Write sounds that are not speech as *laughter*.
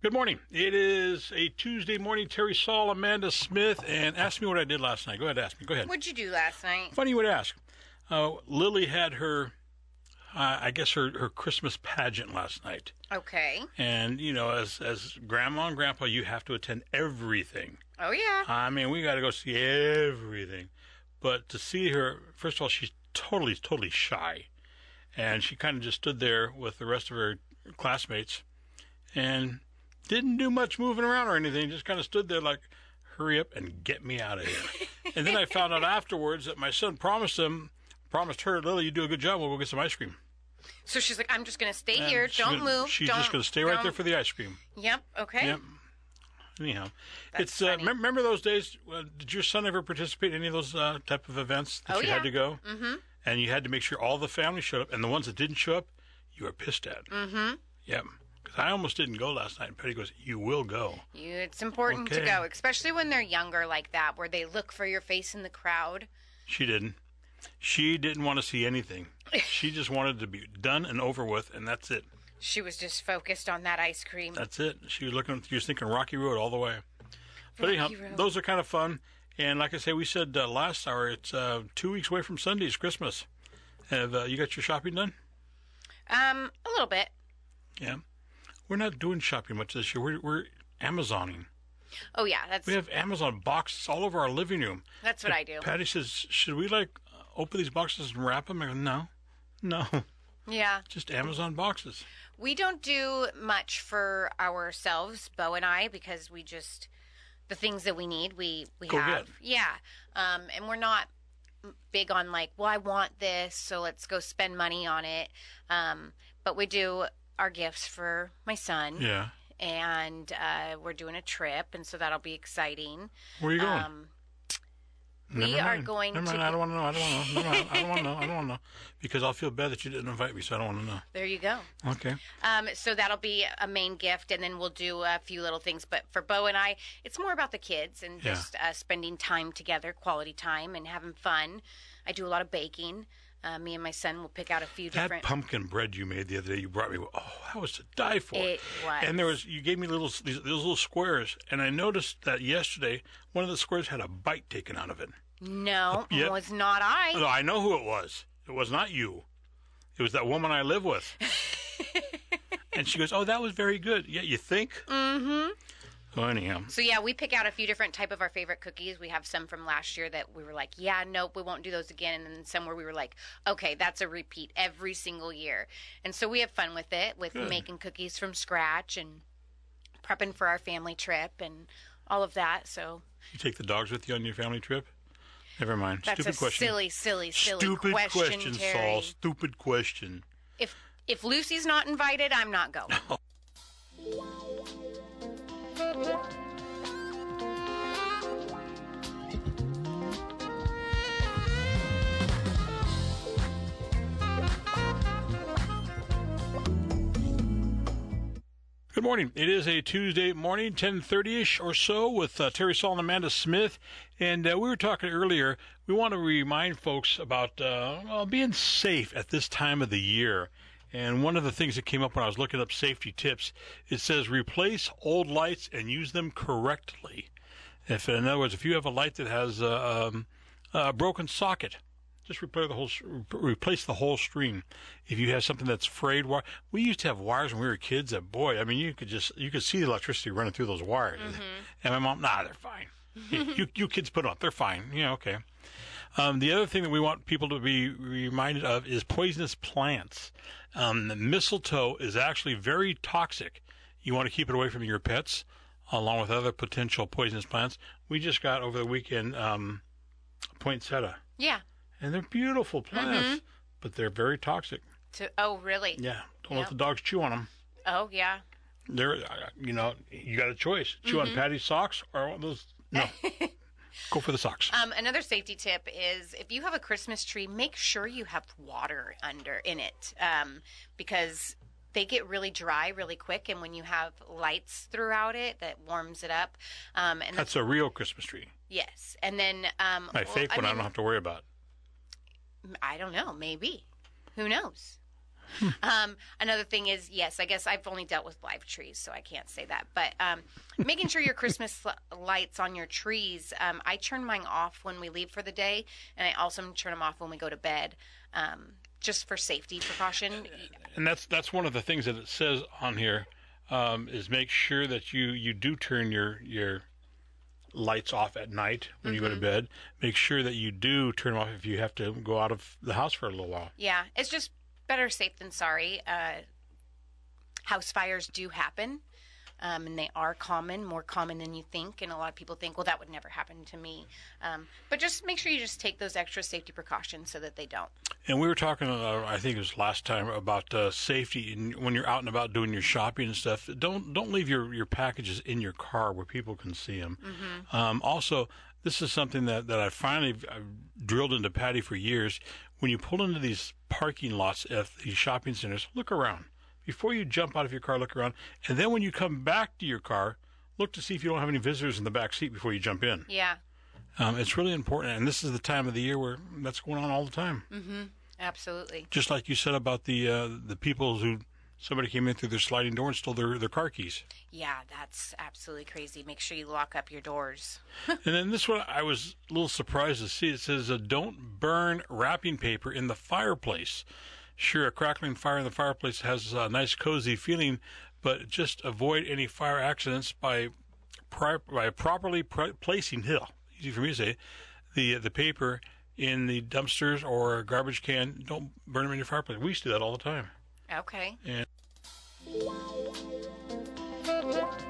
Good morning. It is a Tuesday morning. Terry Saul, Amanda Smith, and ask me what I did last night. Go ahead, ask me. Go ahead. What'd you do last night? Funny you would ask. Uh, Lily had her, uh, I guess her, her Christmas pageant last night, Okay. and you know, as as grandma and grandpa, you have to attend everything. Oh yeah. I mean, we got to go see everything. But to see her, first of all, she's totally, totally shy. And she kind of just stood there with the rest of her classmates and didn't do much moving around or anything. Just kind of stood there like, hurry up and get me out of *laughs* here. and then I found out afterwards that my son promised him, promised her, Lily, you do a good job. We'll go get some ice cream. So she's like, I'm just gonna stay And here. she's Don't gonna- move. She's don't, just going to stay right there don't- for the ice cream. Yep. Okay. Yep. Anyhow, it's uh, funny. mem- remember those days. Uh, did your son ever participate in any of those uh, type of events that Oh, you yeah. had to go? Mm-hmm. And you had to make sure all the family showed up, and the ones that didn't show up, you were pissed at. Mm-hmm. Yep. Because I almost didn't go last night, and Petty goes, "You will go." You, it's important to Okay. go, especially when they're younger like that, where they look for your face in the crowd. She didn't. She didn't want to see *laughs* anything. she just wanted to be done and over with, and that's it. She was just focused on that ice cream. That's it. She was looking. She was thinking Rocky Road all the way. But anyhow, Rocky Road. those are kind of fun. And like I say, we said uh, last hour, it's uh, two weeks away from Sunday's Christmas. Have uh, you got your shopping done? Um, a little bit. Yeah. We're not doing shopping much this year. We're, we're Amazoning. Oh yeah, that's We have Amazon boxes all over our living room. that's what I do. Patty says, "Should we like uh, open these boxes and wrap them?" I go, "No, no, Yeah. just Amazon boxes." We don't do much for ourselves, Bo and I, because we just the things that we need, we we Go have. get. Yeah, um, and we're not big on like, well, I want this, so let's go spend money on it. Um, but we do our gifts for my son, Yeah. and uh, we're doing a trip, and so that'll be exciting. Where are you going? Um, we are going Never to mind. I don't want to know. I don't want to know. Never mind. I don't want to know. I don't want to know because I'll feel bad that you didn't invite me, so I don't want to know. there you go. Okay. Um, so that'll be a main gift, and then we'll do a few little things. But for Bo and I, it's more about the kids and Yeah. just uh, spending time together, quality time, and having fun. I do a lot of baking. Uh, me and my son will pick out a few That different. pumpkin bread you made the other day, you brought me. Oh, that was to die for. It was. And there was, you gave me little these, those little squares, and I noticed that yesterday one of the squares had a bite taken out of it. no, *laughs* yeah. was not I. Although I know who it was. It was not you. It was that woman I live with. *laughs* and she goes, "Oh, that was very good." Yeah, you think? Mm-hmm. So anyhow, So yeah, we pick out a few different type of our favorite cookies. We have some from last year that we were like, yeah, nope, we won't do those again. And then some where we were like, okay, that's a repeat every single year. And so we have fun with it, with making cookies from scratch and prepping for our family trip and all of that. So you take the dogs with you on your family trip. Never mind. that's Stupid a question. silly, silly, silly Stupid question, Terry. Saul. Stupid question. If if Lucy's not invited, I'm not going. *laughs* Good morning. It is a Tuesday morning, 10:30ish or so, with uh, Terry Saul and Amanda Smith. And uh, we were talking earlier. We want to remind folks about uh, well, being safe at this time of the year. And one of the things that came up when I was looking up safety tips, it says replace old lights and use them correctly. If, in other words, if you have a light that has a, um, a broken socket, just replace the whole s- re- replace the whole string. If you have something that's frayed wire, we used to have wires when we were kids. That boy, I mean, you could just you could see the electricity running through those wires. And my mom, nah, they're fine. you you kids put them up, they're fine. Yeah, okay. Um, the other thing that we want people to be reminded of is poisonous plants. Um, the mistletoe is actually very toxic. You want to keep it away from your pets, along with other potential poisonous plants. We just got over the weekend um, poinsettia, yeah. and they're beautiful Mm-hmm. plants, but they're very toxic. To, oh really? Yeah, don't let Yep. the dogs chew on them. Oh yeah. They're, uh, you know, you got a choice: chew Mm-hmm. on Patty's socks or one of those. No, *laughs* go for the socks. Um, another safety tip is if you have a Christmas tree, make sure you have water under in it um, because they get really dry really quick. And when you have lights throughout it, that warms it up. Um, and That's a real Christmas tree. yes, and then um, My well, fake one, I mean, don't have to worry about. I don't know. Maybe who knows? um, another thing is, yes, I guess I've only dealt with live trees, so I can't say that. But um, making sure your Christmas *laughs* l- lights on your trees, um, I turn mine off when we leave for the day, and I also turn them off when we go to bed, um, just for safety precaution. and that's that's one of the things that it says on here um, is make sure that you you do turn your your lights off at night when you go Mm-hmm. to bed. Make sure that you do turn them off if you have to go out of the house for a little while. Yeah, it's just better safe than sorry. Uh, house fires do happen, um, and they are common, more common than you think. And a lot of people think, well, that would never happen to me. Um, but just make sure you just take those extra safety precautions so that they don't. And we were talking, uh, I think it was last time, about uh, safety in, when you're out and about doing your shopping and stuff. Don't don't leave your, your packages in your car where people can see them. Um, also, this is something that, that I finally i drilled into Patty for years. When you pull into these parking lots at these shopping centers, look around. Before you jump out of your car, look around. And then when you come back to your car, look to see if you don't have any visitors in the back seat before you jump in. Yeah, Um, it's really important. And this is the time of the year where that's going on all the time absolutely. just like you said about the uh, the people who somebody came in through their sliding door and stole their, their car keys. Yeah, that's absolutely crazy. Make sure you lock up your doors. and then this one I was a little surprised to see. It says, uh, "Don't burn wrapping paper in the fireplace." Sure, a crackling fire in the fireplace has a nice cozy feeling, but just avoid any fire accidents by pri- by properly pr- placing hill. Easy for me to say the the paper in the dumpsters or a garbage can. Don't burn them in your fireplace. We used to do that all the time. Okay. And-